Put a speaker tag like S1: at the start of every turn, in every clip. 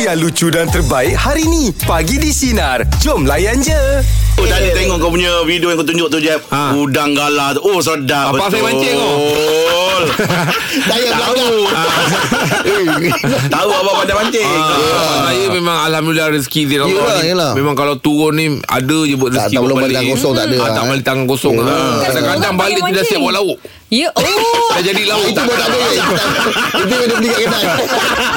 S1: yang lucu dan terbaik hari ni. Pagi di Sinar. Jom layan je.
S2: Oh, tadi tengok kau punya video yang kau tunjuk tu Jeb.
S3: Ha.
S2: Udang galah tu. Oh, sedap.
S3: Apa Afiq mancing oh. tu?
S2: Betul. Saya tahu. tahu apa pandai mancing.
S3: Ah, Saya memang Alhamdulillah rezeki
S4: Ya.
S3: dia
S4: Yelah,
S3: Allah ni.
S4: yelah.
S3: Memang kalau turun ni Ada je buat
S4: Tak,
S3: rezeki
S4: tak
S3: buat
S4: belum balik tangan kosong, tak ada,
S3: ah, Tak
S4: eh.
S3: balik tangan kosong ah. Kadang-kadang
S5: Orang
S3: balik tu dah
S5: mancing.
S3: siap buat lauk
S5: Ya Oh
S3: Dah jadi lauk
S4: Itu pun tak boleh Itu yang dia beli kat kedai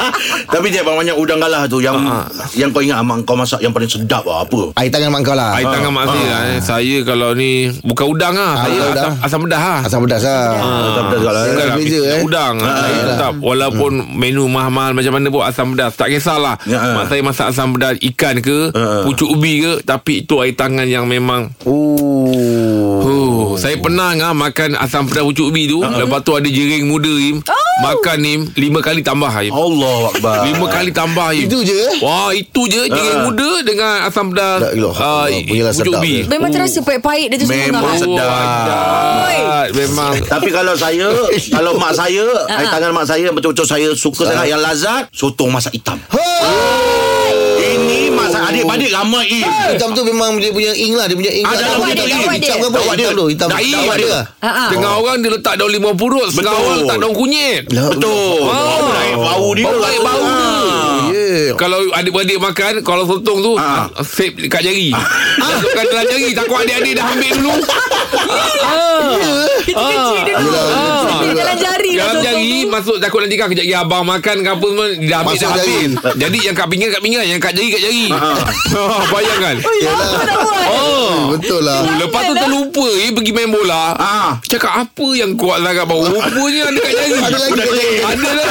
S2: Tapi Jeb, banyak udang galah tu yang
S3: Ha.
S2: yang kau ingat amang kau masak yang paling sedap lah, apa?
S4: Air tangan mak kau lah
S3: Air tangan mak saya eh. Saya kalau ni Bukan udang lah Saya
S4: Ah, bukan udang.
S3: asam, asam pedas lah
S4: Asam pedas lah
S2: Tak pedas galah.
S4: Saya
S3: Bukan lah,
S4: berbeza,
S3: kita
S4: eh. Hmm.
S3: Udang ah, saya tetap Walaupun menu mahal-mahal Macam mana pun Asam pedas Tak kisahlah
S2: Ya, ah.
S3: Mak saya masak asam pedas Ikan ke
S4: Ya,
S2: Ah.
S3: Pucuk ubi ke Tapi itu air tangan yang memang
S4: Oh
S3: Oh, saya pernah ngah makan asam pedas pucuk ubi tu.
S4: Ah.
S3: Uh-huh. Lepas tu ada jering muda Im. Oh. Makan Im, lima kali tambah Im.
S2: Allah Akbar.
S3: Lima kali tambah Im.
S4: Oh. Itu je, eh?
S3: Wah, itu je jering
S2: Ah.
S3: muda dengan asam
S4: Tak,
S3: pedas
S4: ilah.
S3: ah,
S4: Allah, punya lah
S3: pucuk
S4: sedap
S3: ubi.
S5: Memang terasa pahit-pahit Dia tu semua
S2: Memang
S5: ngah.
S2: sedap.
S3: Oi. Memang
S2: Tapi kalau saya Kalau mak saya Air tangan mak saya Betul-betul saya suka
S3: Ha.
S2: sangat Yang lazat Sotong masak hitam Ini masak adik-adik ramai im.
S4: Hitam tu memang dia punya ing lah Dia punya ing
S2: Ah, dalam
S5: Dakwah
S2: begitu
S5: dia,
S2: im.
S5: dakwah dia.
S4: Hitam ke apa?
S2: Dakwah dia.
S4: Hitam tu Hitam lah.
S3: Dah im
S4: dakwah
S3: dia.
S4: dia
S5: Ah, ah.
S3: Tengah orang dia letak daun lima purut Setengah
S2: Betul.
S3: orang letak daun kunyit
S2: Lah, Betul Bau naik bau dia
S3: Bau naik Ha. bau
S2: Ah.
S3: dia. Kalau adik-adik makan Kalau sotong tu
S2: Ah.
S3: Save dekat jari Ah. Masukkan dalam jari Takut adik-adik dah ambil dulu
S5: Kita kecil dulu Sampai Dalam Ah. jari lah
S3: Dalam
S5: sotong
S3: jari
S5: tu.
S3: Masuk takut nanti kan Kejap lagi abang makan ke apa semua Dah habis
S4: Masuk
S3: dah
S4: jari.
S3: habis Jadi yang kat pinggan kat pinggan Yang kat jari kat jari Ah, Bayangkan
S5: Lama tak buat
S3: Oh
S4: Betul lah
S3: Lepas tu terlupa eh, Pergi main bola
S2: Ah.
S3: Cakap apa yang kuat sangat bau Rupanya ada kat jari
S4: Ada lagi
S2: Budak
S4: kat
S2: kecil.
S4: jari.
S3: Ada lah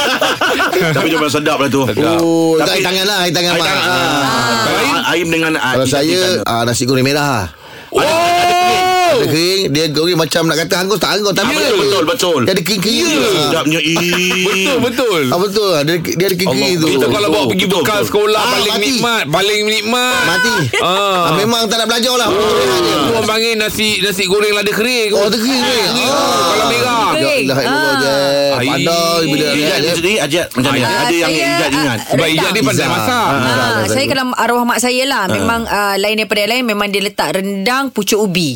S2: Tapi dia memang sedap lah tu
S3: Sedap.
S4: Oh
S2: Tapi-
S4: Air tangan lah Air tangan
S2: Air
S4: mak
S2: tangan
S4: Ah.
S2: Ah. Aim dengan ah,
S4: Kalau
S2: ikan-
S4: saya
S2: ikan.
S4: ah, Nasi goreng merah
S3: Oh
S4: Dia kering Dia goreng macam Nak kata hangus tak hangus
S2: Ah,
S4: Tapi
S2: Betul betul betul
S4: Dia ada kering-kering tu. Ah.
S2: Sedapnya im.
S3: Betul betul
S4: Ah, Betul lah Dia dia ada kering-kering
S2: Allah,
S4: tu
S3: Kita
S2: betul.
S3: kalau bawa pergi
S2: betul,
S3: bekal
S2: betul.
S3: sekolah
S4: Ah,
S3: Paling
S4: mati.
S3: nikmat Paling nikmat
S4: Mati
S3: Ah.
S4: Ah, Memang tak nak belajar
S2: Oh.
S4: lah
S3: Orang panggil nasi nasi goreng lah lada kering
S4: Oh dia kering
S3: Kering tu,
S4: Ah.
S3: Kalau merah
S5: Kering.
S4: Dah
S5: Ah.
S4: je
S3: Ai.
S4: Pandai bila
S2: Ijat dia sendiri Ajat kan, macam mana
S5: Ah,
S2: Ada yang
S5: saya,
S2: Ijat
S5: ah,
S2: ingat
S3: Sebab
S5: Rendang.
S3: Ijat ni pandai
S4: Izzat.
S3: masak
S4: Ah.
S5: Ah,
S4: Dah, dah,
S5: saya
S4: dah.
S5: kalau arwah mak saya
S3: Ah.
S5: lah Memang uh, lain daripada yang lain Memang dia letak rendang pucuk ubi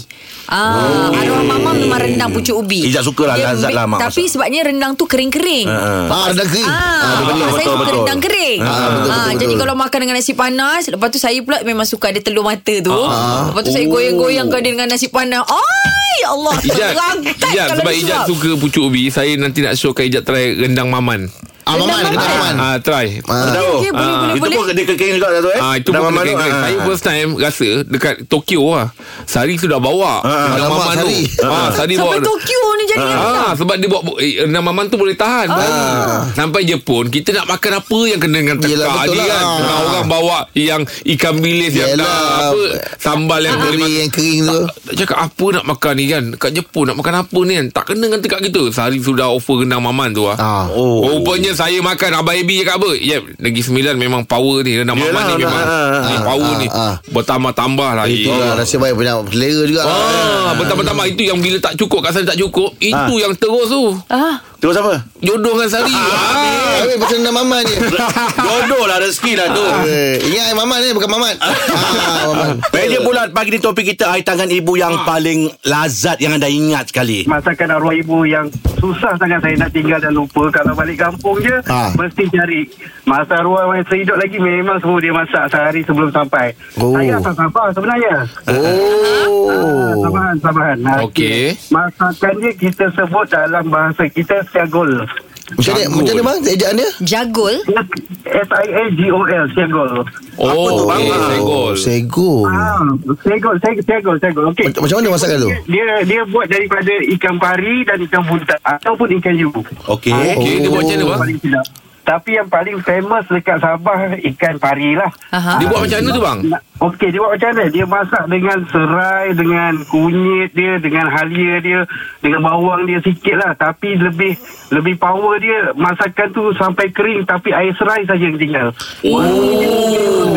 S5: Ah,
S3: Oh.
S5: Arwah mama memang rendang pucuk ubi
S2: Ijat suka lah,
S5: Dia
S2: lazat
S5: mi-
S2: lah mak
S5: Tapi sebabnya rendang tu kering-kering
S2: Ah,
S4: Ah dah kering
S5: Ah,
S2: betul,
S5: betul, saya
S2: betul,
S5: suka
S2: betul.
S5: rendang kering.
S4: Ah,
S5: Ah,
S4: betul, betul,
S5: jadi
S4: betul.
S5: kalau makan dengan nasi panas, lepas tu saya pula memang suka ada telur mata tu. Lepas tu saya goyang-goyangkan dia dengan nasi panas. Ai, ya Allah,
S3: Ijat,
S5: terangkat
S3: Ijat
S5: kalau
S3: sebab
S5: dia
S3: Ijat
S5: suap.
S3: suka pucuk ubi Saya nanti nak showkan Ijat try rendang maman
S4: Ah maman
S5: Rendang
S4: Kena
S5: maman.
S4: maman
S3: Ah, Try
S2: Sedap
S5: Okey,
S2: tu.
S5: okey, boleh,
S3: Ah,
S5: boleh,
S2: Itu
S5: boleh.
S2: pun dia kekering juga tu eh
S3: Ah itu pun
S2: Nama
S3: kena
S2: tu,
S3: kena.
S2: ah.
S3: Saya first time rasa dekat Tokyo lah. Sari sudah
S2: Ah,
S3: bawa. Rendang
S4: alamak,
S3: maman tu.
S4: Sari.
S3: Ah, Sari bawa.
S5: Sampai Tokyo ni jadi
S3: Ah, sebab dia buat eh, rendang maman tu boleh tahan. Ah. Sampai Jepun kita nak makan apa yang kena dengan tekak
S4: Yelah, betul
S3: dia
S4: lah.
S3: kan. Tengah
S4: Ah.
S3: orang bawa yang ikan bilis yang
S4: Yelah. Ah.
S3: dah apa sambal yang boleh
S4: Kering
S3: makan.
S4: yang kering tu
S3: Tak cakap apa nak makan ni kan Kat Jepun nak makan apa ni kan Tak kena dengan tekak kita Sehari sudah offer rendang maman tu ah.
S4: Ah.
S3: Oh. Rupanya saya makan Abang Abi cakap apa Yep Negeri Sembilan memang power ni Rendang maman
S2: Yelah,
S3: ni memang
S2: ah, ah,
S3: ni
S4: ah,
S3: Power
S4: ah,
S3: ni
S4: ah.
S3: Bertambah-tambah lagi
S4: Itulah rasa lah, baik punya selera juga lah.
S3: Ah, bertambah-tambah itu yang bila tak cukup kat sana tak cukup, itu yang terus tu.
S5: Ah,
S2: Terus apa
S3: Jodoh dengan Sari. Ah.
S4: Habis pasal nama maman ni
S2: Jodoh lah rezeki lah tu
S4: Eh, Ingat air maman ni bukan mamat Ah maman
S2: Meja bulat pagi ni topik kita air tangan ibu yang paling lazat yang anda ingat sekali.
S6: masakan arwah ibu yang susah sangat saya nak tinggal dan lupa kalau balik kampung je ha.
S4: Ah.
S6: mesti cari masa arwah yang saya hidup lagi memang semua dia masak sehari sebelum sampai oh.
S4: Oh.
S6: saya asal Sabah sebenarnya Ah,
S4: Oh
S6: Sabahan Sabahan Ah,
S3: Okey.
S6: masakan dia kita sebut dalam bahasa kita siagol
S4: Macam mana Macam mana bang Ejaan dia
S5: jagol.
S6: S-I-A-G-O-L siagol
S3: Oh, okay. segol.
S4: Segol
S6: ah, siagol siagol siagol, siagol. Okey.
S4: Macam macam mana masakan tu
S6: dia dia buat daripada ikan pari dan ikan buntal ataupun ikan yu
S2: Okey.
S3: Ah, Okey, dia buat macam mana
S6: Eh,
S3: bang?
S6: Oh. Paling sedap. Tapi yang paling famous dekat Sabah ikan pari lah.
S5: Aha.
S3: Dia buat macam mana tu bang?
S6: Nak- Okey, dia buat macam mana? Dia masak dengan serai, dengan kunyit dia, dengan halia dia, dengan bawang dia sikit lah. Tapi lebih lebih power dia, masakan tu sampai kering tapi air serai saja yang tinggal.
S3: Oh.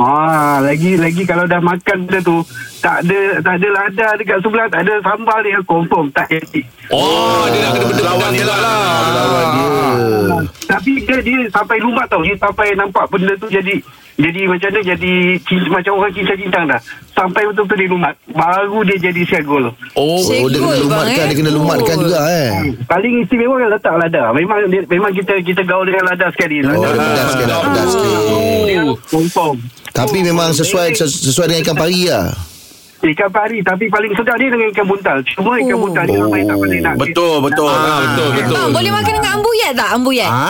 S6: Ah, lagi lagi kalau dah makan benda tu tak ada tak ada lada dekat sebelah, tak ada sambal dia confirm tak happy.
S3: Oh, dia nak kena benda lawan dia lah.
S6: Ah, Tapi dia dia sampai lumat tau. Dia sampai nampak benda tu jadi jadi macam mana jadi cin- macam orang cincang-cincang dah. Sampai betul-betul dia lumat. Baru dia jadi siagol.
S3: Oh,
S4: Oh, dia kena
S5: Cikgu,
S4: lumatkan,
S5: bang, eh?
S4: dia kena lumatkan
S5: Betul.
S4: juga eh.
S6: Ah. Paling istimewa kan letak lada. Memang dia, memang kita kita gaul dengan lada sekali.
S4: Oh,
S6: Lada.
S4: dia pedas sikit, dia pedas sikit.
S3: Oh.
S6: Confirm.
S4: Tapi
S7: Oh,
S4: memang sesuai sesuai dengan ikan pari lah.
S6: Ikan pari tapi paling sedap dia dengan ikan buntal. Cuma ikan
S5: Oh.
S6: buntal ni ramai tak pandai nak.
S2: Betul, betul.
S3: Ah, betul, betul.
S5: Bang, boleh makan dengan ambuyat tak? Ambuyat.
S2: Ha?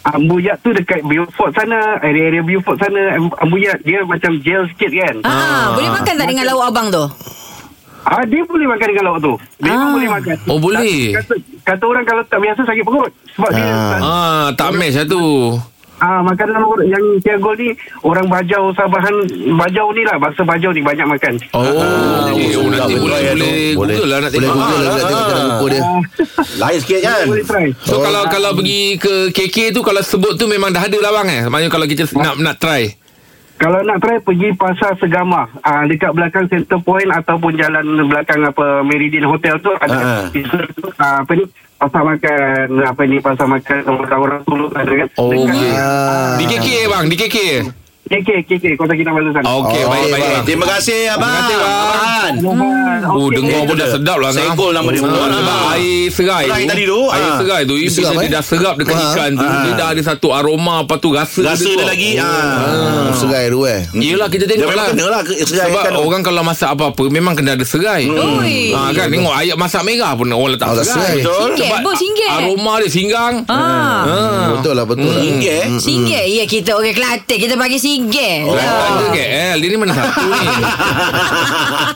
S6: Ambuyat tu dekat Beaufort sana, area-area Beaufort sana. Am- Ambuyat dia macam gel sikit kan.
S5: Ah, boleh makan tak dengan lauk abang tu?
S6: Ah, dia boleh makan dengan lauk tu. Dia
S5: Ah.
S6: ah. boleh makan.
S3: Oh, boleh.
S6: Kata, kata orang kalau tak biasa sakit perut. Sebab ah. dia
S3: Ah, tak match lah tu.
S6: ah, makanan orang- yang Tiagol ni, orang Bajau, Sabahan, Bajau ni lah. Bangsa Bajau ni banyak makan.
S3: Oh, okay. oh
S2: sedap
S3: nanti
S2: betul
S3: boleh,
S2: ya tu.
S3: boleh,
S2: Boleh.
S3: Google lah nak
S4: Boleh
S3: tengok.
S4: google
S2: Ah,
S4: lah nak tengok cara kuku dia.
S2: Lain sikit kan?
S6: Boleh try. Ah,
S3: So oh. kalau kalau pergi ke KK tu kalau sebut tu memang dah ada lah bang eh. Maknanya kalau kita nak nak try.
S6: Kalau nak try, pergi Pasar Segama. Ah, dekat belakang Center Point ataupun jalan belakang apa Meridian Hotel tu.
S2: Ah.
S6: Ada ah. apa ni, pasar makan. Apa ni, pasar makan orang-orang dulu. Ada kan? Dekat-
S3: Oh, okay.
S4: Ah.
S3: Di KK eh, bang, di KK.
S6: KK, KK, Kota Kinabalu sana.
S3: Ah,
S4: Okey,
S3: Okey, baik baik
S4: bang.
S3: bang.
S2: Terima kasih abang.
S3: kasih, bang.
S2: Abang.
S3: Oh,
S6: Okey.
S3: dengar pun dah sedap lah Ngah.
S2: Segol nama dia.
S3: Ah,
S2: Betul,
S3: Sebab
S2: abang.
S3: air serai
S2: Serai tadi tu,
S3: Air
S2: ah.
S3: serai tu
S4: Dia
S3: Bila
S4: serap,
S3: dia
S4: eh?
S3: dah serap dekat
S4: Ah,
S3: ikan tu Dia dah ada satu aroma Lepas tu rasa
S2: Rasa
S3: tu,
S2: dia
S3: bang.
S2: lagi. Ah.
S4: Ah, serai tu eh.
S3: Yelah kita
S2: Dia
S3: tengok
S2: memang
S3: lah
S2: kena lah. ke- Serai Hmm.
S3: Sebab
S2: kan.
S3: orang kalau masak apa-apa Memang kena ada serai
S5: Oi.
S3: ha, kan Tengok ayat masak merah pun Orang letak
S2: Ah,
S4: Oh, tak serai.
S3: serai
S2: Betul.
S5: Singgit,
S3: Eh,
S5: bos singgit.
S3: Aroma dia singgang
S5: Ah.
S3: Ah.
S4: Betul lah, betul lah.
S2: Tinggi eh.
S3: Hmm.
S5: Singgit. Ya, kita orang Kelantan. Kita bagi singgit.
S3: Lain
S5: Ya.
S3: tak ada KL Dia ni mana satu ni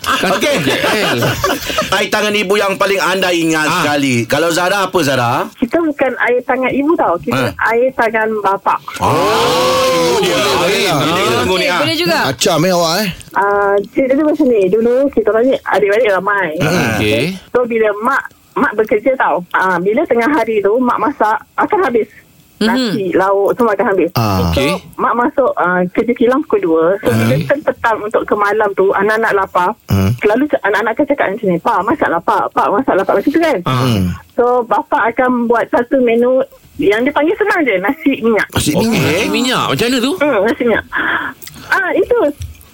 S3: Kan
S2: Okey.
S3: KL
S2: Air tangan ibu yang paling anda ingat
S3: lah. Ah.
S2: sekali. Kalau Zara apa Zara?
S7: Kita bukan air tangan ibu tau. Kita
S2: Ha.
S7: air tangan bapak.
S2: Oh, dia.
S3: boleh lah.
S2: Ini dia tunggu ni,
S5: Okey,
S2: ah.
S5: boleh juga.
S4: Acam eh awak eh.
S7: Uh, cerita dia macam ni. Dulu kita orang ni adik-adik ramai.
S3: Ah. Okey
S7: So, bila mak mak bekerja tau. Uh, bila tengah hari tu, mak masak akan habis. Nasi, lauk semua akan habis.
S4: Ah.
S3: Okey
S7: Mak masuk uh, kerja kilang pukul 2 So bila turn petang untuk ke malam tu Anak-anak lapar
S4: Hmm.
S7: Selalu c- anak-anak akan cakap macam ni Pak masaklah pak Pak masaklah pak Macam tu kan
S2: Ah.
S4: Hmm.
S7: So bapak akan buat satu menu Yang dia panggil senang je Nasi minyak
S4: Nasi minyak.
S3: Okey Eh, Minyak macam mana tu
S7: Hmm, nasi minyak Ah Itu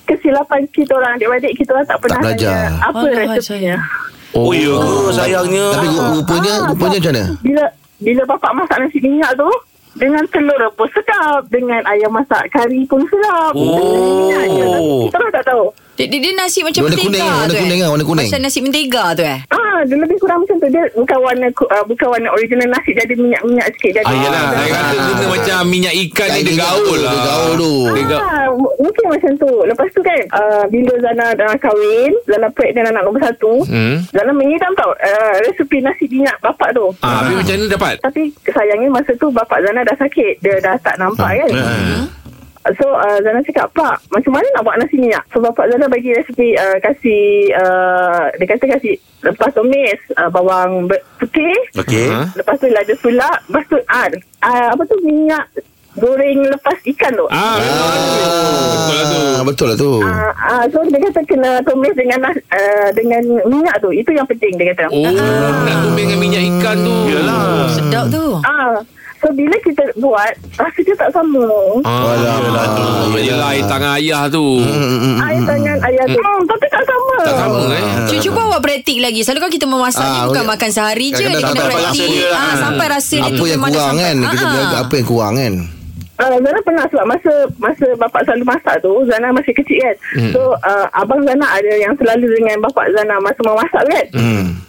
S7: kesilapan kita orang Adik-adik kita orang tak pernah
S4: Tak belajar.
S7: tanya Apa
S5: Walau
S7: resepnya
S2: Oh, ya ke sayangnya.
S4: Tapi ru- rupanya
S5: Ah,
S4: rupanya macam mana?
S7: Bila bila bapak masak nasi minyak tu dengan telur rebus sedap Dengan ayam masak kari pun sedap
S2: Oh.
S7: Dengan minyak je. Kita orang tak tahu
S5: Dia, dia, dia nasi macam
S4: Warna
S5: mentega
S4: kuning,
S5: tu
S4: warna
S5: eh.
S4: kuning kan, warna kuning.
S5: Macam nasi mentega tu eh.
S7: Ah, dia lebih kurang macam tu. Dia bukan warna ku- uh, bukan warna original nasi jadi minyak-minyak sikit jadi.
S3: Ah, yelah
S7: Ah,
S3: Saya rasa guna macam minyak ikan ni
S4: Tak
S3: Dia
S4: ingat
S3: gaul
S4: tu,
S3: lah
S4: dia gaul tu.
S3: Dia gaul
S7: Ah, m- mungkin macam tu. Lepas tu kan, uh, bila Zana dah kahwin, Zana pregnant anak nombor satu,
S3: Hmm.
S7: Zana mengidam tau uh, resepi nasi minyak bapak tu.
S3: Ah, Habis macam mana dapat
S7: Tapi sayangnya masa tu bapak Zana dah sakit. Dia dah tak
S3: Ah.
S7: nampak kan. So uh, Zana cakap Pak Macam mana nak buat nasi minyak So bapak Zana bagi resipi uh, Kasih uh, Dia kata kasih Lepas tumis uh, Bawang ber- putih
S2: Okey.
S4: Ha?
S3: Ah.
S7: Lepas tu lada sulap Lepas tu ah, ah, Apa tu minyak Goreng lepas ikan tu ah.
S3: Ah, memang Betul lah tu
S4: Ah, betul lah tu.
S7: Ah, ah, so dia kata kena tumis dengan nas- ah, dengan minyak tu. Itu yang penting dia kata.
S3: Oh, nak tumis dengan minyak ikan tu. Yalah.
S4: Hmm.
S5: Sedap tu.
S7: Ah, so bila kita buat rasa dia tak sama.
S3: Ah,
S4: Alah. Hmm.
S3: yalah tu. Yalah, air tangan ayah tu.
S7: Air tangan ayah tu. Hmm, tapi tak sama.
S3: Tak sama eh.
S5: Cuba, cuba awak praktik lagi. Selalu kan kita memasak ni
S4: Ah,
S5: bukan
S4: okey.
S5: makan sehari je. Dia kena
S4: Kadang-kadang tak
S2: sampai rasa
S5: praktik.
S2: dia lah.
S5: Ah, sampai rasa dia
S4: Apa
S5: tu
S4: yang
S5: memang dah
S4: kurang
S5: sampai.
S4: kan? Kita
S5: Ah.
S4: belajar apa yang kurang kan?
S7: Uh, Zana pernah sebab masa masa bapak selalu masak tu Zana masih kecil kan hmm. So uh, abang Zana ada yang selalu dengan bapak Zana masa memasak kan
S4: Hmm.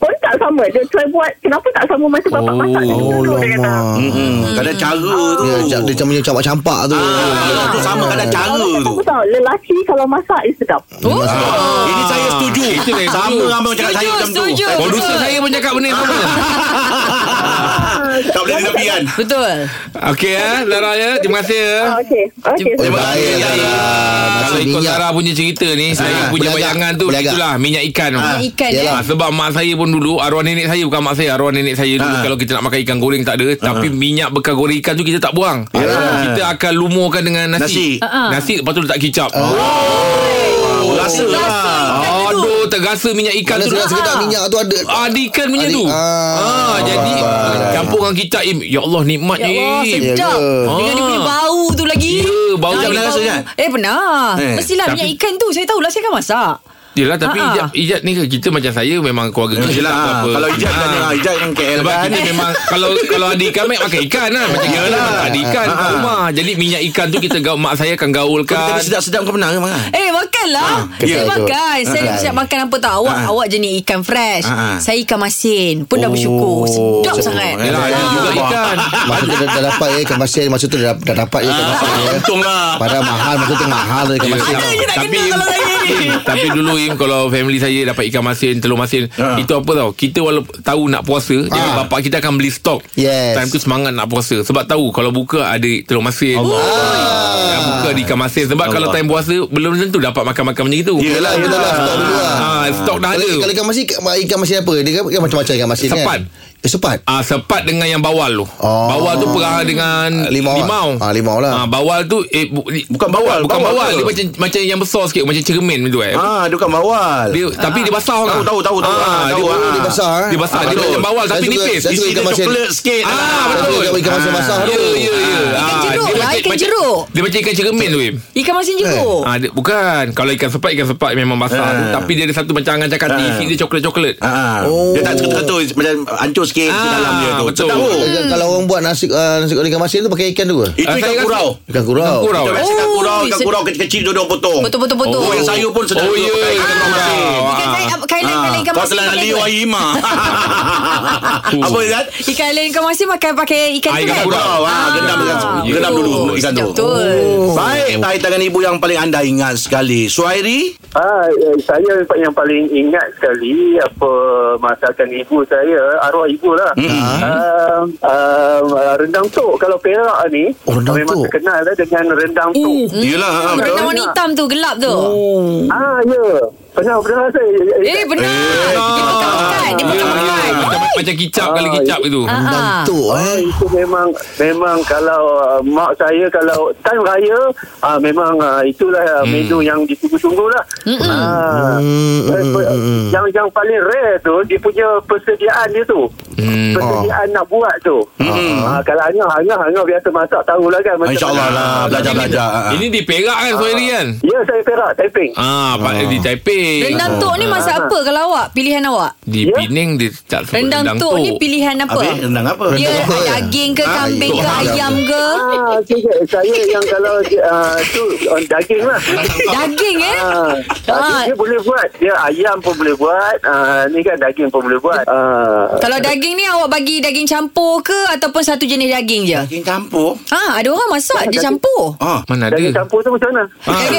S7: Pun tak sama Dia try buat Kenapa tak sama masa bapak
S3: Oh,
S7: masak dengan dulu dia kata
S2: Hmm, kadang cara tu.
S4: Dia ca- dia macam punya campak-campak tu.
S2: Ah, tu sama kadang cara
S7: Orang kata
S2: tu.
S7: apa tau Lelaki kalau masak is sedap
S3: Eh.
S5: Oh,
S2: Ah. Ini saya setuju.
S3: Itu saya
S2: Sama
S3: setuju.
S2: abang cakap
S5: Setuju,
S2: saya macam tu.
S5: setuju.
S3: Produser saya pun cakap benda yang sama.
S2: Ah. Tak boleh dinafikan.
S5: betul.
S3: Okey eh, Zara ya. Terima kasih ya.
S7: ah, Okay Okay
S4: Oh,
S7: so-
S4: baik lah. Nasi
S3: Kalau ikut
S4: minyak.
S3: Zara punya cerita ni, saya
S4: Ah,
S3: punya
S4: berlagak,
S3: bayangan tu
S4: berlagak.
S3: itulah minyak ikan. tu.
S5: Ikan
S4: yelah.
S5: eh.
S3: Ah, sebab mak saya pun dulu arwah nenek saya bukan mak saya, arwah nenek saya dulu
S2: Ah.
S3: kalau kita nak makan ikan goreng tak ada, tapi minyak bekas goreng ikan tu kita tak buang.
S2: Yalah.
S3: Kita akan lumurkan dengan nasi.
S2: Nasi.
S5: Ah.
S3: Nasi lepas tu letak kicap.
S2: Rasa
S5: Rasa
S2: lah
S5: ikan dia tu.
S3: Aduh, terasa minyak ikan
S4: Mana
S3: tu. Ah,
S4: sekedar minyak tu ada
S3: Adikan punya
S4: Adik-
S3: tu.
S4: Ah.
S3: Ah, jadi
S4: Ah.
S3: campur dengan kicap Im. Ya Allah nikmat
S5: Ya Allah
S3: Im.
S4: Ya
S5: sedap
S4: ke?
S5: Dengan dia punya
S3: Ah.
S5: bau tu lagi
S3: Ya, bau
S5: Ah,
S2: Ijaz pernah
S5: dia
S2: rasa,
S5: bau.
S2: Ijaz?
S5: Eh pernah
S2: Eh,
S5: Mestilah
S3: tapi-
S5: minyak ikan tu Saya tahulah saya kan masak
S3: Yelah tapi
S5: Ah, ah.
S3: ijat, ijat ni ke, kita macam saya memang keluarga kita
S2: Yelah
S3: tak
S2: ah,
S3: apa.
S2: Kalau Ijaz kan
S3: Ah.
S2: ah, Ijaz kan KL
S3: sebab
S2: kan
S3: kita memang kalau kalau ada ikan Mac makan ikan lah macam kita
S2: Yalah.
S3: memang tak ada ikan kat
S2: Ah.
S3: rumah. Jadi minyak ikan tu kita gaul mak saya akan
S2: Kau
S3: gaulkan.
S2: kata sedap-sedap kau kan, pernah ke makan
S5: Eh
S2: Ah,
S5: makanlah
S4: kena
S5: Saya
S4: tu.
S5: makan Saya
S4: Ah.
S5: siap makan apa tak Awak awak jenis ikan fresh
S2: Ah, Oh. ah.
S5: Saya ikan masin Pun dah bersyukur Sedap sangat
S3: Yelah ada
S5: Ah.
S3: juga ikan.
S4: Masa tu dah, dah dapat ya Ikan masin Masa tu dah, dah dapat ya Ikan masin ya
S2: Untung lah
S4: Padahal mahal Masa tu mahal tu Ikan
S3: Ah, Ya,
S4: masin
S3: tak-
S5: je tak
S3: tapi
S5: kenal
S3: Im,
S5: kalau saya ni.
S3: tapi dulu Im kalau family saya dapat ikan masin, telur masin,
S2: Ah.
S3: itu apa tau? Kita walau tahu nak puasa, jangan bapak kita akan beli stok.
S4: Yes.
S3: Time tu semangat nak puasa sebab tahu kalau buka ada telur masin. Allah. buka ada ikan masin
S2: Allah.
S3: sebab kalau time puasa belum tentu dapat makan-makan macam itu.
S4: Yelah Yelah lah Stok dulu lah
S3: Ah, stok dah
S4: Kalau
S3: ada.
S4: kalau ikan masin Ikan masin apa Dia kan kan macam-macam ikan masin kan
S3: Sepat.
S4: Eh, Sepat
S3: Ah sepat dengan yang bawal tu.
S4: Oh.
S3: Bawal tu perah
S4: Ah,
S3: dengan
S4: limau lah.
S3: limau.
S4: Ah, limau lah.
S3: Ah bawal tu eh bu, li-
S2: Bukan bawal
S3: bukan bawal,
S2: ke?
S3: dia macam macam yang besar sikit macam cermin macam tu eh.
S2: Ah, dia bukan bawal
S3: Dia tapi dia basah
S2: Tahu,
S3: kan?
S2: tahu, tahu, tahu. Ah,
S3: dia,
S2: tahu, ah.
S4: Dia basah eh?
S3: Dia basah,
S4: Ah,
S3: dia
S4: betul.
S3: macam bawal
S4: Saya
S3: tapi
S4: suka-
S3: nipis.
S4: Saya suka
S2: Isi
S4: ikan
S2: dia
S4: masin
S2: coklat sikit
S3: Ah
S4: Saya
S3: betul.
S4: suka ikan masin basah
S3: Ya
S4: tu
S3: ya ya.
S5: Ikan jeruk
S3: Ah, dia
S5: lah,
S3: macam-
S5: ikan
S3: macam-
S5: jeruk.
S3: Dia macam ikan cermin tu Im.
S5: Ikan masin jeruk
S2: Eh.
S3: Ah, dia, bukan Kalau ikan sepat Ikan sepat memang basah
S2: Ah.
S3: tu, Tapi dia ada satu macam Angan cakap
S2: Ah.
S3: Isi dia coklat-coklat
S2: Ah, oh. Dia tak terketul Macam hancur sikit ah,
S3: Ah,
S2: Dalam dia tu
S3: betul.
S2: Tahu
S4: Kalau- Kalau orang buat nasi ah, Nasi goreng ikan masin tu Pakai ikan tu ke?
S2: Itu
S3: Ah,
S2: ikan
S3: saya rasa-
S2: kurau
S4: Ikan kurau
S3: Ikan kurau.
S5: Oh,
S2: Kita biasa ikan kurau Ikan
S5: se-
S2: kurau kecil-kecil Dodong potong
S5: Betul, betul, betul.
S2: Oh yang sayur pun sedap
S3: Oh,
S2: juga
S3: ya,
S2: pakai ikan
S3: ikan
S2: kurau
S3: kurau.
S2: masin.
S5: Ah, Ikan saya
S2: Ah.
S5: Kailan
S2: Ah,
S5: kailan ikan
S2: Kau
S5: masin
S2: telah
S5: pakai
S2: Aliyu
S5: apa?
S2: Aima ah. Apa Zat?
S5: Ikan lain ikan masin Makan pakai ikan
S3: Ah,
S5: tu
S3: ikan
S5: kan
S3: kurau.
S2: Kurau ah, Gendam dengan- gendam dulu mulut ikan tu Oh.
S5: Betul
S2: Baik Tahi tangan ibu yang paling anda ingat sekali Suhairi
S8: Ah, eh, saya yang paling ingat sekali apa masakan ibu saya, arwah ibu lah.
S2: Mm-mm.
S8: Um, um, ah, rendang tok kalau Perak ni
S4: Oh, rendang
S8: memang
S4: tok.
S8: terkenal dah dengan rendang tok.
S5: Hmm.
S2: Yelah, ah, betul. Oh.
S5: Rendang warna hitam tu Gelap tu
S8: Ah, ya. Pernah pernah saya.
S5: Eh benar Dia pekan-pekan Ah, Dia
S3: Ya,
S5: pekan-pekan
S3: Macam, macam kicap Kali kicap gitu
S5: Ah, ah.
S4: Bentuk
S8: Ah,
S4: eh
S8: itu memang memang kalau uh, mak saya kalau time raya uh, memang uh, itulah uh, menu yang ditunggu-tunggu lah. Ah,
S4: Mm,
S8: eh,
S4: mm,
S8: pe-
S4: mm, mm.
S8: yang yang paling rare tu dia punya persediaan dia tu.
S3: Hmm.
S2: Oh.
S8: Persediaan nak buat tu. Ah, kalau angah angah angah biasa masak tahulah kan macam
S2: Hmm. InsyaAllah
S8: mana.
S2: lah Belajar-belajar ah.
S3: Ini di Perak kan Suhairi kan
S8: Ya saya Perak Taiping.
S3: Ah, Pak di Taipei.
S5: Rendang tok ni masak apa Kalau awak Pilihan awak
S3: Di
S8: Ya?
S3: Penang dia tak sebut
S5: Rendang tok ni pilihan apa
S2: Habis rendang apa?
S5: Dia
S4: Rendang apa?
S5: daging ke Kambing ke
S4: tok ayam.
S5: Ayam ke
S8: Ah, okay, saya yang kalau uh, tu uh, daging lah.
S5: Daging eh
S8: Ah,
S5: Ah.
S8: ah. Dia boleh buat Dia ayam pun boleh buat ah, Ni kan daging pun boleh buat ah.
S5: Kalau daging ni awak bagi daging campur ke ataupun satu jenis daging je?
S2: Daging campur
S5: Ha, ada orang masak dia campur.
S2: Ah,
S3: Mana ada?
S8: Daging campur tu macam mana?
S5: Daging,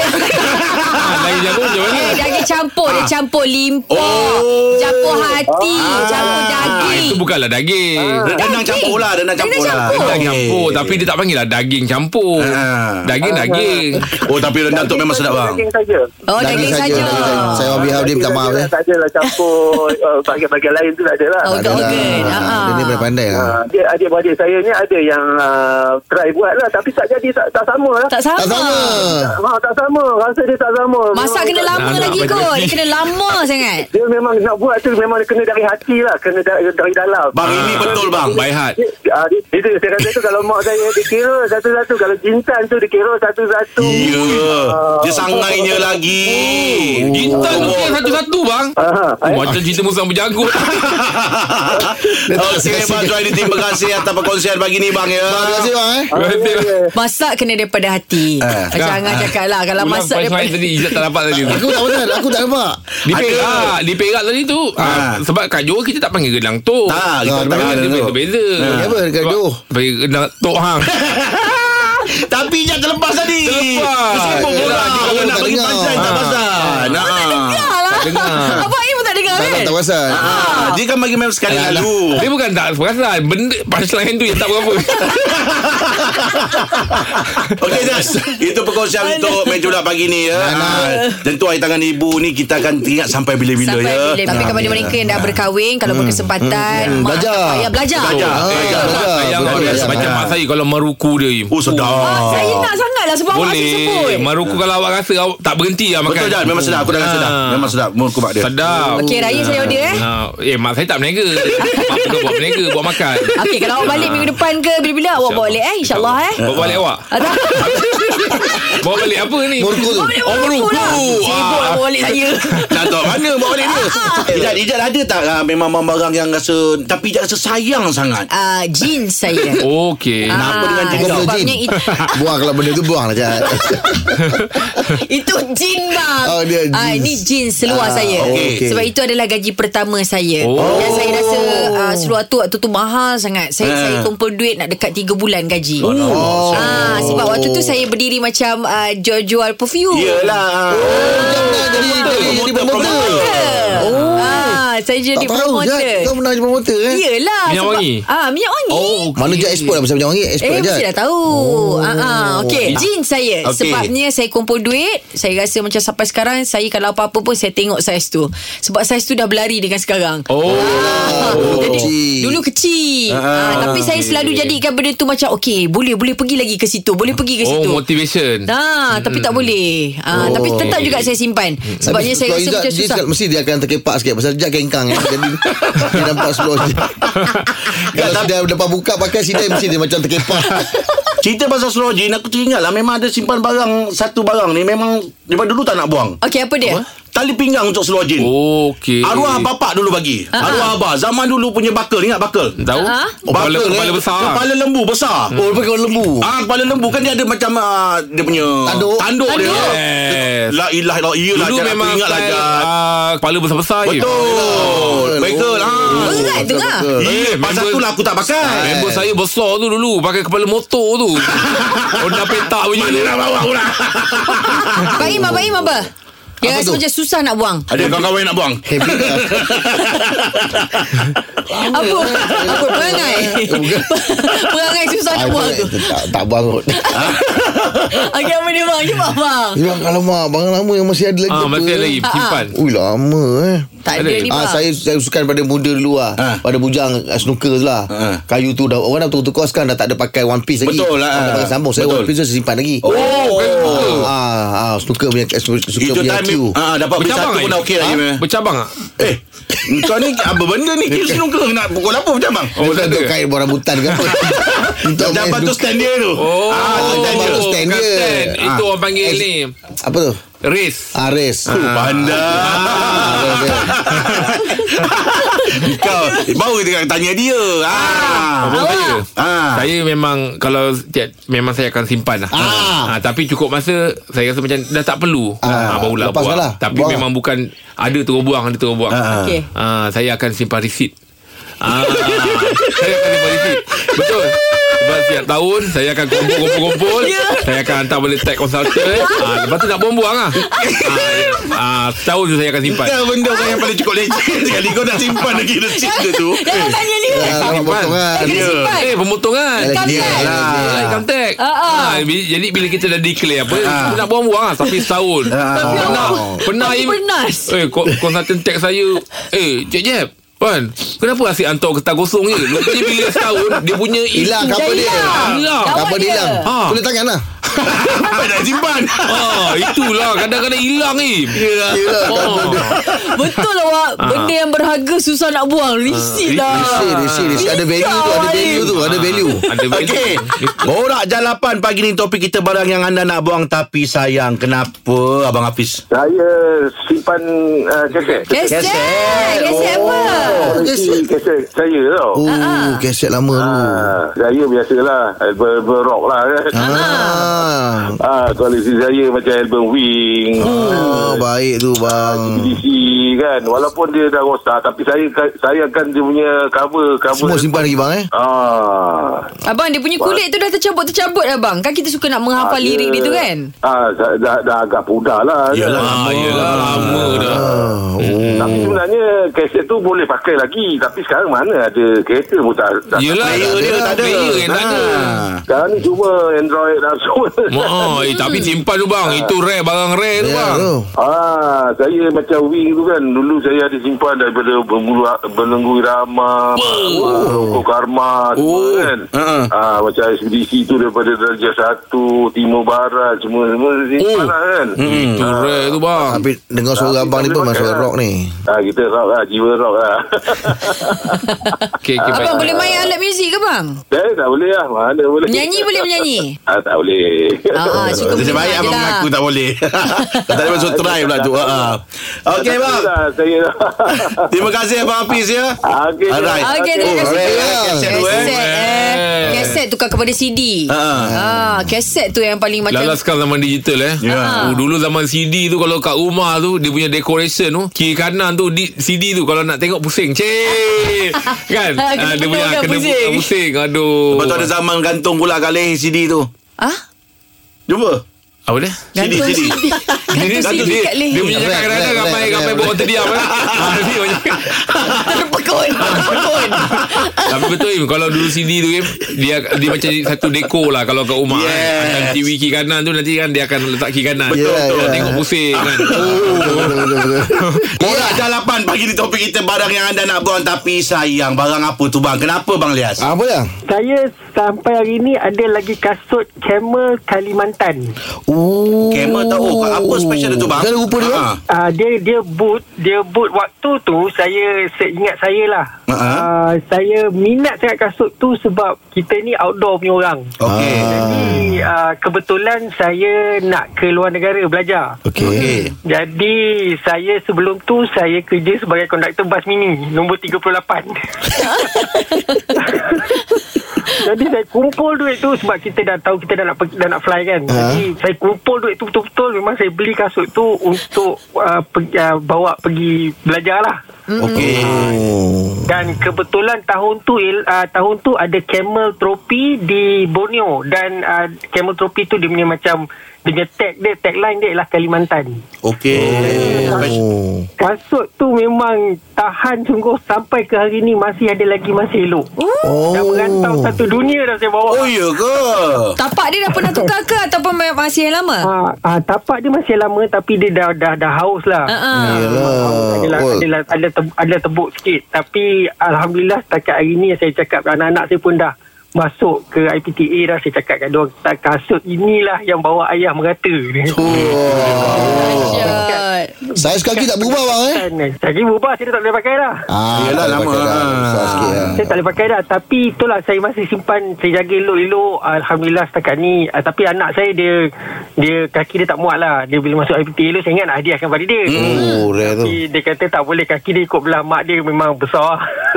S3: Ah, daging campur macam mana?
S5: eh, daging campur, dia campur limpah,
S2: Oh.
S5: campur hati, campur
S3: Ah,
S5: daging.
S3: itu bukanlah daging.
S2: Rendang campur lah Rendang campur
S5: Rendang
S2: lah
S5: campur.
S3: Daging campur tapi dia tak panggil lah daging campur.
S2: Ah.
S3: Daging daging.
S2: Oh tapi rendang tu memang sedap bang
S8: Daging saja
S5: Oh, daging, saja.
S4: daging saja. Saya on behalf dia minta
S8: Daging
S4: maaf
S8: saja
S4: ya.
S8: lah, Tak adalah campur uh, Bagian-bagian lain tu tak adalah
S5: Oh,
S4: Tak ada lah.
S5: Organ, ah, ah.
S4: Dia ni pandai-pandai lah
S8: Ah, dia adik-adik saya ni ada yang uh, try buat lah tapi tak jadi tak, tak sama lah.
S5: Tak sama.
S4: Tak sama
S8: Ha, tak sama. Rasa dia tak sama.
S5: Masak
S8: Memang
S5: kena
S8: tak-
S5: lama
S3: Anak
S5: lagi
S3: baju
S5: kot.
S3: besi.
S5: Dia kena lama sangat.
S8: Dia memang nak buat tu memang dia kena dari hati lah. Kena dari, dari dalam.
S2: Bang
S3: Ah.
S2: ini betul bang
S3: By heart.
S8: Ah, dia- itu saya kata tu kalau mak saya dia kira satu-satu kalau jintan tu dia kira satu-satu
S2: Ya Dia sangainya lagi
S5: Oh.
S2: Oh.
S3: Intan tu dia satu-satu bang.
S8: Aha.
S3: Oh, macam cerita musang berjagut.
S2: Okey Bang Joy Terima kasih atas perkongsian pagi ni bang ya
S4: Terima kasih bang eh
S5: Masak kena daripada hati. Macam
S3: Kak,
S5: Angah
S3: ah,
S5: cakap lah. Kalau
S3: Ulang
S5: masak
S3: punchline
S5: daripada...
S3: tadi Izzat tak dapat tadi tu.
S4: Aku tak betul Aku tak nampak
S3: Di Perak Di Perak tadi tu
S2: Ah.
S3: ah, Sebab kat Johor Kita tak panggil gedang tok
S2: Tak, kita
S3: Ah,
S2: tak panggil
S3: Dia
S2: gedang tok. Ha.
S3: beza-beza
S4: Ya, apa dekat
S3: Sebab
S4: Johor?
S3: Panggil gedang tok hang
S2: Tapi jangan terlepas tadi
S3: Terlepas.
S2: Sibuk bola
S4: Yelah,
S2: Dia
S4: dia
S2: nak
S4: tak
S2: bagi
S4: dengar.
S2: pasan Tak
S3: Ah.
S2: pasan Nak
S5: Dengar lah.
S3: dengar.
S5: Abang Im pun tak dengar dia
S4: Saya
S3: Eh.
S5: kan
S4: tak perasan
S2: Ah, dia kan bagi mem sekali
S3: Alah,
S2: lalu.
S3: Dia bukan tak perasan Benda Punchline tu yang tak berapa
S2: Okey Nas Itu perkongsian untuk Meja Bulat pagi ni ya. Ah, Tentu air tangan ibu ni Kita akan ingat sampai bila-bila
S5: Sampai
S2: ya
S5: bila Tapi kepada mereka yang dah berkahwin Kalau berkesempatan mak
S4: belajar.
S5: tak payah belajar
S2: Belajar.
S5: Ah.
S2: Eh,
S4: belajar.
S3: Sayang
S4: Betul,
S3: orang
S4: sayang.
S3: Macam mak saya Kalau maruku dia Im.
S2: Oh sedap
S5: Ah, Saya nak sangat lah Sebab awak asyik sebut
S3: Boleh Maruku kalau awak rasa awak Tak berhenti lah makan
S2: Betul dah Memang sedap Aku dah rasa dah
S3: Ah.
S2: Memang sedap Mulut kubak dia
S3: Sedap
S5: Okey raya saya order eh
S3: Ha, eh mak saya tak berniaga Mak saya buat berniaga Buat makan
S5: Okey kalau awak balik minggu depan ke Bila-bila awak bawa balik eh InsyaAllah eh
S3: Bawa balik awak
S5: Ah, tak.
S3: Bawa balik apa ni
S4: Murku tu
S5: Balik
S3: Oh,
S5: orang
S3: merupu.
S5: tu lah. Sibuk
S3: Ah.
S5: lah bawa balik saya Ah,
S2: Datuk mana bawa balik dia Ijat, Ijat Ah. ada tak ah, Memang barang yang rasa Tapi Ijat rasa sayang sangat
S5: Ah, Jeans saya
S3: Oh, Okey
S2: Kenapa dengan
S5: Ah,
S2: jeans?
S5: Sebabnya it,
S4: Buang kalau benda tu Buang lah Jad
S5: Itu jin bang
S4: Oh, dia
S5: Ah,
S4: jeans.
S5: Ini jin seluar
S4: Ah,
S5: saya
S4: okey.
S5: Sebab itu adalah gaji pertama saya
S3: Oh.
S5: Dan saya rasa ah, Seluar tu waktu tu mahal sangat
S4: Ah.
S5: Saya saya kumpul duit Nak dekat 3 bulan gaji oh. ah, Sebab waktu tu saya berdiri macam ah, Jual-jual perfume
S2: Yelah
S4: Jadi jadi jadi promoter
S5: oh. ah, Saya jadi
S4: Tak tahu Jad
S5: promoter
S4: Kau pernah jadi promoter eh
S5: Yelah
S3: Minyak
S5: sebab-
S3: wangi?
S5: ah, Minyak wangi
S3: Oh okey.
S4: Mana Jad export lah Pasal minyak wangi Export
S5: Eh,
S4: Jad
S5: mesti dah tahu. Oh. Ah, ah, okey. Jin saya.
S2: Okey.
S5: Okay. Sebabnya saya kumpul duit, saya rasa macam sampai sekarang saya kalau apa-apa pun saya tengok saiz tu. Sebab saiz tu dah berlari dengan sekarang. Oh.
S3: Oh
S5: Jadi
S4: kecil.
S5: dulu kecil. Ah, tapi saya selalu jadikan benda tu macam okey, boleh boleh pergi lagi ke situ, boleh pergi ke
S3: Oh
S5: situ.
S3: motivation
S5: Nah, tapi tak boleh. Ah, tapi tetap juga saya simpan. Sebabnya
S4: Tapi
S5: saya
S4: kalau
S5: rasa
S4: Izzat,
S5: macam
S4: dia
S5: susah.
S4: cakap, Mesti dia akan terkepak sikit Pasal Jad kengkang eh. Jadi dia nampak slow je Kalau sudah dapat buka pakai Sidai mesti dia macam terkepak
S2: Cerita pasal slow jean Aku teringat lah Memang ada simpan barang Satu barang ni Memang Daripada dulu tak nak buang
S5: Okey, apa dia?
S2: Tali pinggang untuk slow jean
S3: Oh, Okey
S2: Arwah bapak dulu bagi Arwah abah Zaman dulu punya bakal Ingat bakal
S3: Tahu
S5: Ha?
S3: oh, Kepala,
S2: Bakal,
S3: kepala
S2: eh.
S3: besar Hmm.
S2: Kepala lembu besar
S4: Oh dia pakai lembu
S2: Ah, kepala lembu kan dia ada macam ah, dia punya
S4: Tanduk.
S2: tanduk, dia.
S3: Yes.
S2: La ilah la ilah
S3: Dulu memang
S2: ingat lah
S3: style,
S2: Jad.
S3: ah, Kepala besar-besar je.
S2: Betul. Betul lah.
S5: Berat dengar.
S2: Ya, pasal
S3: member-
S2: tu lah aku tak pakai.
S3: Ah, Member saya besar tu dulu Pakai kepala motor tu Honda petak punya tu
S2: Nak bawa pula.
S5: Baim, baim apa? Yang
S4: Apa
S5: rasa
S4: tu?
S5: macam susah nak buang.
S2: Ada kawan-kawan yang nak buang.
S4: Heavy lah
S5: Apa? Apa perangai? perangai susah nak
S4: Ah,
S5: buang tu.
S4: tak- Tak tak buang kot
S5: Okey apa dia bang? Cepat bang.
S4: Dia bilang mak Barang lama yang masih ada lagi
S3: Ah,
S4: apa,
S3: masih
S4: eh?"
S3: lagi
S5: Ah, ah.
S3: simpan.
S4: Ui lama eh
S5: Tak ada ni bang.
S4: Ah, saya saya suka pada muda dulu lah
S2: Ah.
S4: Pada bujang ah, snooker tu lah
S2: Ah.
S4: Kayu tu dah Orang dah tukar-tukar sekarang Dah tak ada pakai one piece lagi
S2: Betul lah.
S4: Orang Dah pakai sambung Saya
S2: Betul.
S4: one piece tu saya simpan lagi
S2: Oh,
S4: Ah, ah, snooker punya snooker
S2: itu
S4: punya
S2: time
S4: queue.
S2: ah dapat beli
S3: Bercabang
S2: satu
S3: eh?
S2: pun dah okey lagi. meh.
S3: Bercabang tak?
S2: Eh, kau ni apa benda ni? Kira snooker nak pukul apa macam bang?
S3: Oh tak ada
S4: Untuk kait buah rambutan ke apa Untuk main
S2: Dapat tu
S4: snooker.
S2: stand dia tu.
S3: Oh
S2: Ah, tu stand dia.
S4: dapat tu stand
S3: bukan
S4: dia.
S3: stand. Itu
S4: Ah.
S3: orang panggil
S4: Eh,
S3: ni
S4: Apa tu Ah,
S3: Race
S4: Ares
S2: Tu pandai. Kau eh, baru kita tanya dia. Ah.
S3: Abang saya
S2: Ah.
S3: Saya memang Kalau tiap, Memang saya akan simpan lah
S4: Ah.
S3: ah, Tapi cukup masa Saya rasa macam Dah tak perlu
S4: Ah,
S3: ah, Barulah
S4: lepas
S3: buang
S4: lah.
S3: Tapi
S4: Buang.
S3: memang bukan Ada terus buang Ada terus buang
S2: Ah.
S5: Okey.
S3: ah, Saya akan simpan resit ah, Saya akan simpan resit Betul sebab setiap tahun Saya akan kumpul-kumpul-kumpul Saya akan hantar balik tag consultant ah, Lepas tu nak buang-buang lah ah, ah, Setahun tu saya akan simpan
S2: Dah benda kau yang paling cukup legend sekali Kau dah simpan lagi receipt dia tu
S5: Jangan tanya ni.
S4: Alamak
S3: Simpan.
S4: potongan
S5: Kena simpan.
S3: Eh pemotongan
S4: Dia
S5: Kamtek.
S4: lah.
S3: Ah, income tax.
S5: Ah, ah.
S3: Ah, bi- jadi bila kita dah declare apa, kita nak buang-buang lah tapi setahun.
S2: Tapi
S3: Pernah
S5: awak-
S3: pernah
S5: awak
S3: im-
S5: bernas.
S3: Eh, ko- konsultan tax saya, eh, Cik Jeb, Wan, kenapa asyik hantar kertas kosong je? Lepas ni bila setahun, dia punya itu
S4: Hilang
S5: Dah
S4: cover dia
S5: hilang.
S3: hilang.
S5: Dah-
S4: Cover dia hilang
S3: Ha.
S2: Ah.
S4: Tulis tangan lah
S2: Apa nak simpan
S3: Ah, itulah kadang-kadang hilang ni.
S4: Yelah
S3: Oh.
S5: Betul awak. Benda yang berharga susah nak buang. Risik lah.
S4: Risih risih risih Ada value tu Ada value tu Ada value
S3: Ada
S2: Okey
S3: value.
S2: Borak jalapan pagi ni Topik kita barang yang anda nak buang Tapi sayang Kenapa Abang Hafiz
S9: Saya simpan uh, kaset.
S5: Keset. Keset apa?
S9: Koleksi kaset saya tau. Ah, Oh.
S2: Uh,
S4: Oh kaset lama tu
S9: saya biasalah eh, ber, berok lah kan.
S4: Ah,
S9: Ah, koleksi saya macam album Wing.
S2: Ah.
S9: Ah,
S4: Oh, baik tu bang.
S9: DC kan walaupun dia dah rosak tapi saya saya akan dia punya cover cover
S4: Semua simpan lagi bang eh.
S9: ah
S5: Abang dia punya kulit tu dah tercabut-tercabut abang. Kan kita suka nak menghafal
S9: Ah,
S5: lirik
S9: ya.
S5: dia tu kan?
S9: ah dah, dah, dah agak pudar lah
S2: Yelah
S3: Ah,
S2: lama Yelah lama dah
S9: Tapi sebenarnya kaset tu boleh pakai lagi Tapi sekarang mana ada kereta pun tak, tak
S3: Yelah
S2: Player dia tak ada
S3: Player yang tak ada
S9: Sekarang ni cuma Android dah semua
S3: Mak,
S5: Hmm.
S3: eh, tapi simpan tu bang Itu
S2: Ah.
S3: rare Barang rare tu
S4: Ya
S3: bang
S4: tu.
S9: Ah, saya macam wing tu kan Dulu saya ada simpan daripada Berbulu, Belenggu Irama Hukum Karma
S2: Oh.
S9: semua kan
S2: Ha-ha.
S9: ah, Macam ekspedisi tu daripada Darjah Satu Timur Barat Semua semua simpan lah kan
S3: Hmm, Itu
S5: Ah.
S3: rare tu bang
S4: Tapi Ah, dengar suara
S9: Tapi
S4: abang ni
S9: tak
S4: pun
S9: boleh
S4: masuk
S9: makan.
S2: lah.
S4: rock ni.
S9: Ah, kita rock lah, jiwa rock lah
S3: okay, okay,
S5: Abang
S3: baik.
S5: boleh main alat muzik ke bang?
S9: Eh, tak boleh lah, mana boleh
S5: Menyanyi boleh menyanyi?
S9: Ah, tak boleh
S8: Ya.
S5: Ah, ah, suka menyanyi
S2: Nasib baik abang
S5: je lah.
S2: mengaku tak boleh Tak ada masuk try pula tu ha, ha. Okey bang
S9: Itulah Saya
S8: lah.
S2: Terima kasih Abang Hafiz ya
S9: Okey.
S2: Alright
S5: Okey, terima
S2: Oh,
S5: kasih.
S2: rare lah,
S5: Abang.
S2: kaset tu, eh.
S5: Kaset, eh.
S3: Rare.
S5: Kaset tukar kepada CD. Ah, kaset tu yang paling macam
S3: Lala sekarang zaman digital eh
S2: Ya.
S3: oh, Dulu zaman CD tu Kalau kat rumah tu Dia punya decoration tu Kiri kanan tu di, CD tu Kalau nak tengok pusing Cik Kan
S5: Kena
S3: Ah, Dia punya
S5: pegang
S3: Kena
S5: pusing.
S3: pusing, pusing. Aduh
S2: Lepas tu ada zaman gantung pula kat leher CD tu
S5: Ah,
S2: Jumpa?
S3: Apa dia?
S2: CD,
S5: gantung
S2: CD.
S5: CD. Gantung CD kat
S3: Dia
S5: leher.
S3: punya
S4: Rap,
S3: cakap kadang-kadang
S4: rap, rap,
S3: Ramai
S4: rap,
S3: Ramai
S4: rap.
S3: buat orang terdiam eh. Ah, dia punya cakap.
S5: Terpekun. Terpekun.
S3: Tapi betul Im Kalau dulu CD tu Im Dia dia macam satu deko lah Kalau kat rumah yes. kan.
S2: Yes.
S3: Macam TV kiri kanan tu Nanti kan dia akan letak kiri kanan
S4: Betul,
S3: Kalau
S4: betul.
S3: Tengok pusing kan
S4: Betul, betul, betul.
S2: Borak jalapan Pagi ni topik kita Barang yang anda nak buang Tapi sayang Barang apa tu bang Kenapa bang Lias?
S4: Apa dah?
S10: Saya sampai hari ni ada lagi kasut camel Kalimantan.
S4: Oh.
S2: Kamera tak oh, Apa special dia tu bang?
S4: Macam mana rupa dia?
S2: Ha.
S10: Uh, dia dia boot dia boot waktu tu saya seingat saya lah
S2: Ha, ha.
S10: uh, saya minat sangat kasut tu sebab kita ni outdoor punya orang
S2: Okey
S10: jadi uh, kebetulan saya nak ke luar negara belajar
S4: Okey.
S10: jadi saya sebelum tu saya kerja sebagai konduktor bas mini nombor 38 Jadi saya kumpul duit tu sebab kita dah tahu kita dah nak pergi, dah nak fly kan.
S4: Ha.
S10: Jadi saya kumpul duit tu betul-betul memang saya beli kasut tu untuk uh, pergi, uh, bawa pergi belajar lah.
S2: Okey
S4: Oh.
S10: Dan kebetulan tahun tu il- uh, tahun tu ada Camel Trophy di Borneo dan uh, Camel Trophy tu dia punya macam dia punya tag dia tagline dia ialah Kalimantan.
S2: Okey
S4: Oh.
S10: Kasut tu memang tahan sungguh sampai ke hari ni masih ada lagi masih elok.
S5: Uh,
S4: Oh.
S10: Dah merantau satu dunia dah saya bawa.
S2: Oh ya ke?
S5: Tapak dia dah pernah tukar ke ataupun ma- masih yang lama?
S10: Ah, ah, tapak dia masih lama tapi dia dah dah dah haus lah.
S5: Ha ah.
S4: Yalah.
S10: Adalah,
S4: Oh.
S10: adalah, ada, te, ada tebuk sikit Tapi Alhamdulillah setakat hari ni Saya cakap anak-anak saya pun dah Masuk ke IPTA dah Saya cakap kat diorang "Tak, Kasut inilah yang bawa ayah merata ni
S5: Syat.
S4: Saiz kaki tak berubah bang eh?
S10: Kan, Saya kira berubah Saya dah tak boleh pakai dah
S4: Ah,
S2: Yelah,
S4: tak boleh
S2: lama.
S4: pakai dah. Susah sikit lah.
S10: saya tak boleh pakai dah Tapi itulah Saya masih simpan Saya jaga elok-elok Alhamdulillah setakat ni ah, Tapi anak saya dia Dia kaki dia tak muat lah Dia bila masuk IPTA elok Saya ingat nak hadiahkan pada dia
S4: Oh, rare tu.
S10: Tapi dia kata tak boleh Kaki dia ikut belah mak dia Memang besar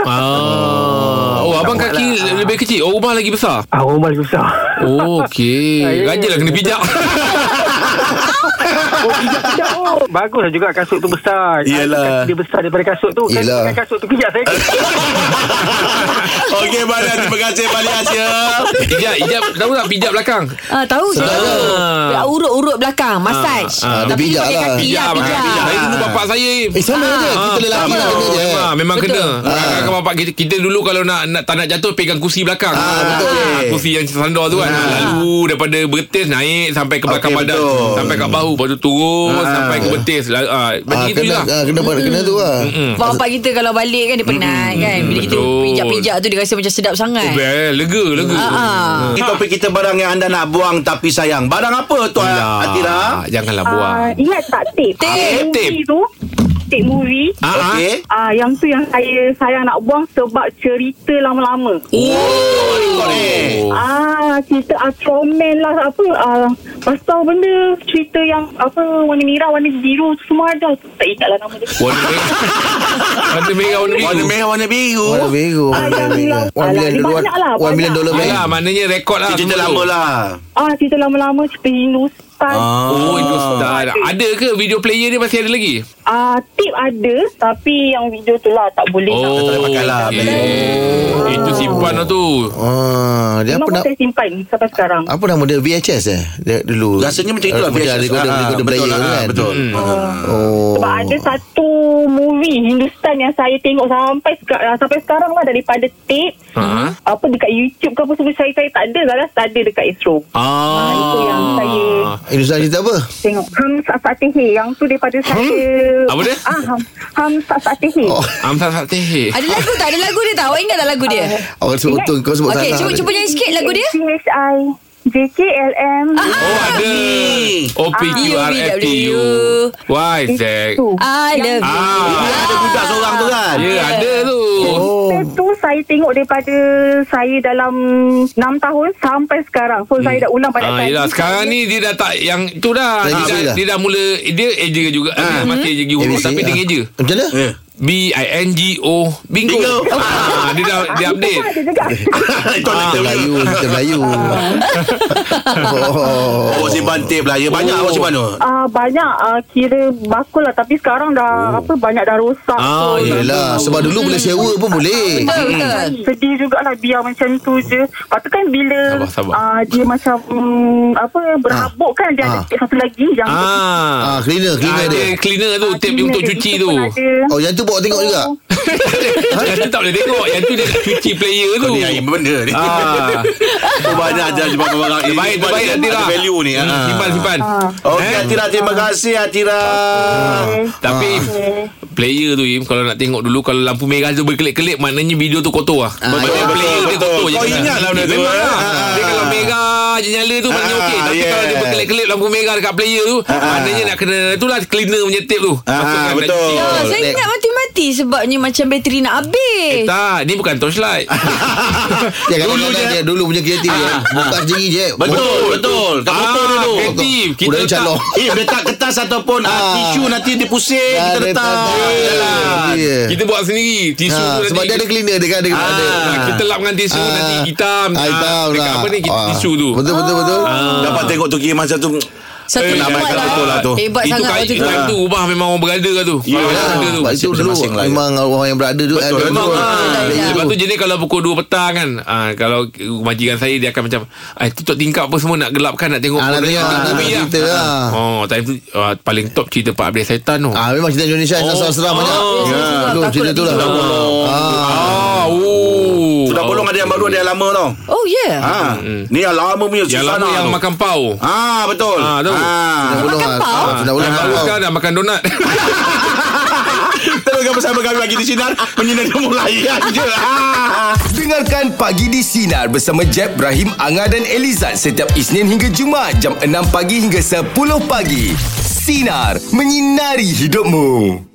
S4: Oh.
S3: ah. Oh abang kaki lebih kecil Oh rumah lagi besar
S10: Ah, rumah lagi besar
S3: Oh okey
S10: Ya, ya.
S3: Rajalah kena pijak
S10: Oh, pijak pijak oh. Baguslah juga kasut tu besar.
S2: Yelah.
S10: Kaki Dia besar daripada kasut tu. Kan
S4: Yelah.
S10: pakai kasut tu pijak saya.
S2: Okey bang Lias Terima kasih bang Lias ya
S3: Pijak Pijak Tahu tak pijak belakang
S5: Ah, tahu saya
S3: Ah.
S5: tahu. Urut-urut belakang, massage.
S4: ah, dia
S5: Tapi
S4: pijak
S5: pakai
S4: lah.
S5: kaki lah,
S3: belakang,
S5: pijak.
S3: Saya dulu bapak saya Im.
S4: Eh,
S2: Ah,
S4: sama je. Kita lelaki
S3: sama.
S4: lah kena je.
S3: Memang, Ah, memang
S5: Betul.
S3: kena. Kadang-kadang bapak kita, kita dulu kalau nak, nak tak nak jatuh pegang kursi belakang.
S4: betul.
S3: Ah, kursi yang sandar tu kan. Lalu daripada betis naik sampai ke belakang
S2: Okey,
S3: badan,
S2: betul.
S3: sampai kat bahu, lepas tu turun sampai ke betis. Lalu, ah, macam
S4: Ah,
S3: itu
S4: kena,
S3: lah.
S4: ah, kena, kena tu lah.
S5: Bapak kita kalau balik kan dia penat kan. Bila kita
S3: betul.
S5: pijak-pijak tu dia rasa macam sedap sangat.
S3: Oh, Bel, lega, lega.
S5: Ah.
S2: Ini topik kita barang yang anda nak buang Tapi sayang Barang apa tu
S3: Alah,
S2: Atira?
S3: Janganlah buang.
S7: Ah, ingat tak tape?
S3: Tape, tape.
S7: Movie tu. Tape movie.
S3: Ah, ah.
S2: Okey
S7: Ah, yang tu yang saya sayang nak buang sebab cerita lama-lama.
S2: Oh, record, eh.
S7: Ah, cerita Astroman lah apa. Ah,
S11: Lepas tu benda cerita yang apa warna merah, warna biru tu semua ada. Tak ingat lah nama dia.
S3: Warna merah Warna merah Warna biru
S2: Warna merah warna biru
S4: Warna biru Warna biru Warna
S11: Alah,
S4: biru
S11: dia banyak lah,
S4: Warna
S11: banyak.
S4: biru dolar bank
S3: Alah maknanya rekod lah
S2: Cerita
S3: semua tu.
S2: lama lah
S11: Ah, cerita lama-lama cerita Hindustan. Ah.
S3: Oh Hindustan Ada ke video player dia masih ada lagi?
S11: ah, tip ada tapi yang video tu lah tak
S3: Oh.
S11: boleh. nak-
S2: tak boleh pakai lah,
S3: okey.
S2: player.
S3: Itu simpan lah tu
S4: Ah, dia apa
S11: Memang
S4: nak
S11: saya simpan sampai sekarang.
S4: apa nama dia VHS eh dia, dulu
S2: Rasanya macam itulah
S4: macam ada
S2: VHS.
S4: recorder
S2: Ah,
S4: recorder
S2: Betul
S4: player
S2: lah, ah,
S4: kan
S2: Betul Ah.
S4: oh
S11: Sebab ada satu movie Hindustan yang saya tengok sampai sekarang sampai sekarang lah daripada tape
S3: Ha?
S11: apa dekat YouTube ke apa semua saya saya tak ada Zalas tak ada dekat Astro.
S3: Ah,
S11: itu yang saya-
S4: Hindustan Oh. cerita apa
S11: Tengok Hams Asatihi yang tu daripada saya.
S3: Apa dia?
S11: Ah Hams, Hams Asatihi.
S4: Oh.
S3: Amsal Satih
S5: Ada lagu tak? Ada lagu dia tak? Awak ingat tak lagu dia?
S4: Awak sebut tu Kau sebut
S5: Okey,
S4: salah
S5: cuba cuba nyanyi sikit lagu dia. Ah,
S11: CHI JKLM
S3: Oh ada
S11: Ah,
S3: O P Q R F T U Y Z
S5: I love
S11: tu.
S5: you. Ah,
S2: Dia
S3: Ah
S2: Ada budak seorang tu
S11: Ah,
S2: kan
S3: Ya ada tu
S4: Oh
S11: Saya tu saya tengok daripada saya dalam 6 tahun sampai sekarang. So saya dah ulang banyak
S3: Ah,
S11: kali.
S3: yelah sekarang ni dia dah tak yang tu dah.
S4: Lagi
S3: Dia, dah,
S4: saya dah.
S3: dia dah mula dia eja juga. Dia masih eja gigi huruf
S2: Oh,
S4: ABC,
S3: tapi dia
S4: ah.
S3: eja.
S4: Macam mana
S2: Ya.
S3: B I N G O bingo.
S2: Bingo.
S3: Ah, dia dah dia update.
S11: Ada juga.
S4: Ah,
S2: Itu ada
S4: Kita Melayu Kita Melayu Oh
S2: Oh simpan tape lah Ya banyak awak simpan tu
S11: Ah banyak ah, kira bakul lah tapi sekarang dah apa banyak dah rosak.
S3: Oh. Ah,
S11: so,
S4: Yelah Sebab dulu boleh sewa pun boleh
S5: Betul betul.
S7: Hmm.
S11: sedih jugalah biar macam tu je. Lepas tu kan bila
S3: Sabar, sabar.
S11: ah, dia macam mm, apa berhabuk kan dia ada
S4: Ah.
S11: sikit satu lagi yang
S3: Ah.
S4: Ah, cleaner, cleaner
S3: Ah,
S4: dia.
S3: dia cleaner tu Tape
S11: Cleaner
S3: untuk
S11: dia,
S3: cuci
S11: itu
S3: tu
S11: pun ada.
S4: Oh, yang tu bawa tengok juga.
S3: Yang tu tak boleh tengok Yang tu dia nak cuci player tu
S2: Kau ni air benda ni
S3: Ah.
S2: Kau Oh, banyak ajar jumpa barang ini.
S3: Baik terbaik
S2: Ada
S3: Atira
S2: value ni
S3: Hmm,
S2: ah.
S3: Simpan simpan Eh?
S2: Okey Atira Terima kasih Atira
S3: Ah.
S11: Eh,
S3: Tapi
S2: Ah.
S3: Player tu Im Kalau nak tengok dulu Kalau lampu merah tu berkelip-kelip Maknanya video tu kotor lah Maknanya
S2: betul,
S3: player dia
S2: betul.
S3: kotor je
S2: Ah. Kau ingat lah benda tu,
S3: Memang
S2: eh?
S3: lah
S2: Ah.
S3: Dia kalau merah je nyala tu Maknanya
S2: Ah,
S3: okey Tapi
S2: yes.
S3: kalau dia berkelip-kelip Lampu merah dekat player tu Maknanya nak kena Itulah cleaner punya tape tu
S2: Ah,
S3: Masukkan
S2: betul.
S3: dalam
S5: Ah,
S3: tape.
S5: saya ingat mati-mati sebabnya macam bateri nak
S3: Eh,
S5: habis.
S3: Tak Ni bukan torchlight
S4: Ya, dulu dia, dia dulu punya kreatif dia. Buka sendiri je.
S2: Betul
S3: Eh,
S2: Betul Kat motor
S3: Ah,
S2: dulu
S3: Kreatif
S4: Kita
S3: Kita
S4: Udah
S3: tak
S4: calon.
S2: Eh letak kertas ataupun ah, tisu nanti dia pusing kita letak.
S4: Ya.
S3: Ah, Kita buat sendiri Tisu
S4: Ha,
S3: tu
S4: sebab
S3: nanti
S4: dia ada cleaner dia kan ada.
S3: Ah,
S4: ada.
S3: kita lap dengan tisu
S4: Ah.
S3: nanti hitam.
S4: Ah,
S3: Ah,
S4: hitam
S3: dekat
S4: lah.
S3: apa ni, kita-
S4: Ah.
S3: tisu tu. Ah,
S4: Betul betul betul. lah,
S2: Dapat tengok tu kira masa tu.
S5: Satu eh,
S3: Eh,
S5: lambat
S2: lambat tak
S5: lah.
S2: betul lah tu.
S5: Hebat
S3: itu
S5: sangat
S3: kali
S5: waktu
S3: itu
S5: tu.
S3: time tu ubah memang orang berada lah tu.
S2: Ya,
S3: Orang berada tu. ah,
S4: Sebab itu dulu
S2: Masing-masing lah, ya.
S4: memang orang yang berada tu eh,
S2: Betul,
S4: ada
S2: memang,
S4: dulu.
S2: ah.
S4: Ada
S5: Betul,
S4: dulu.
S3: Lepas tu jenis kalau pukul 2 petang kan ah, Kalau majikan saya Dia akan macam ah, Tutup tingkap apa semua Nak gelapkan Nak tengok
S4: Ah, nak tengok, nak tengok cerita lah.
S3: ya. Oh time tu ah, Paling top cerita Pak Abdul Syaitan tu
S4: Ah memang cerita Indonesia
S3: Oh.
S4: oh. seram-seram
S3: Ah.
S4: banyak.
S5: Ya.
S4: Dulu
S5: Takut
S4: cerita
S5: nak
S4: tu lah.
S5: tidur.
S4: Ah.
S3: Ah, oh.
S2: Sudah bolong ada yang baru ada yang lama tau.
S5: Oh yeah.
S2: Ha. Ni yang lama punya
S3: Yang
S2: susah
S3: lama
S2: nak
S3: yang
S2: tu.
S3: makan pau
S2: Ah betul.
S3: Ah, tu.
S4: Sudah
S2: Ah.
S4: bolong ah.
S5: pau?
S4: Sudah bolong
S3: Yang baru
S4: ah.
S3: sekarang dah makan donat
S2: Teruskan bersama kami lagi di sinar menyinari mulayan je. Ah.
S12: Dengarkan Pagi di Sinar bersama Jeb, Ibrahim, Anga dan Elizad setiap Isnin hingga Jumaat jam 6 pagi hingga 10 pagi. Sinar, menyinari hidupmu.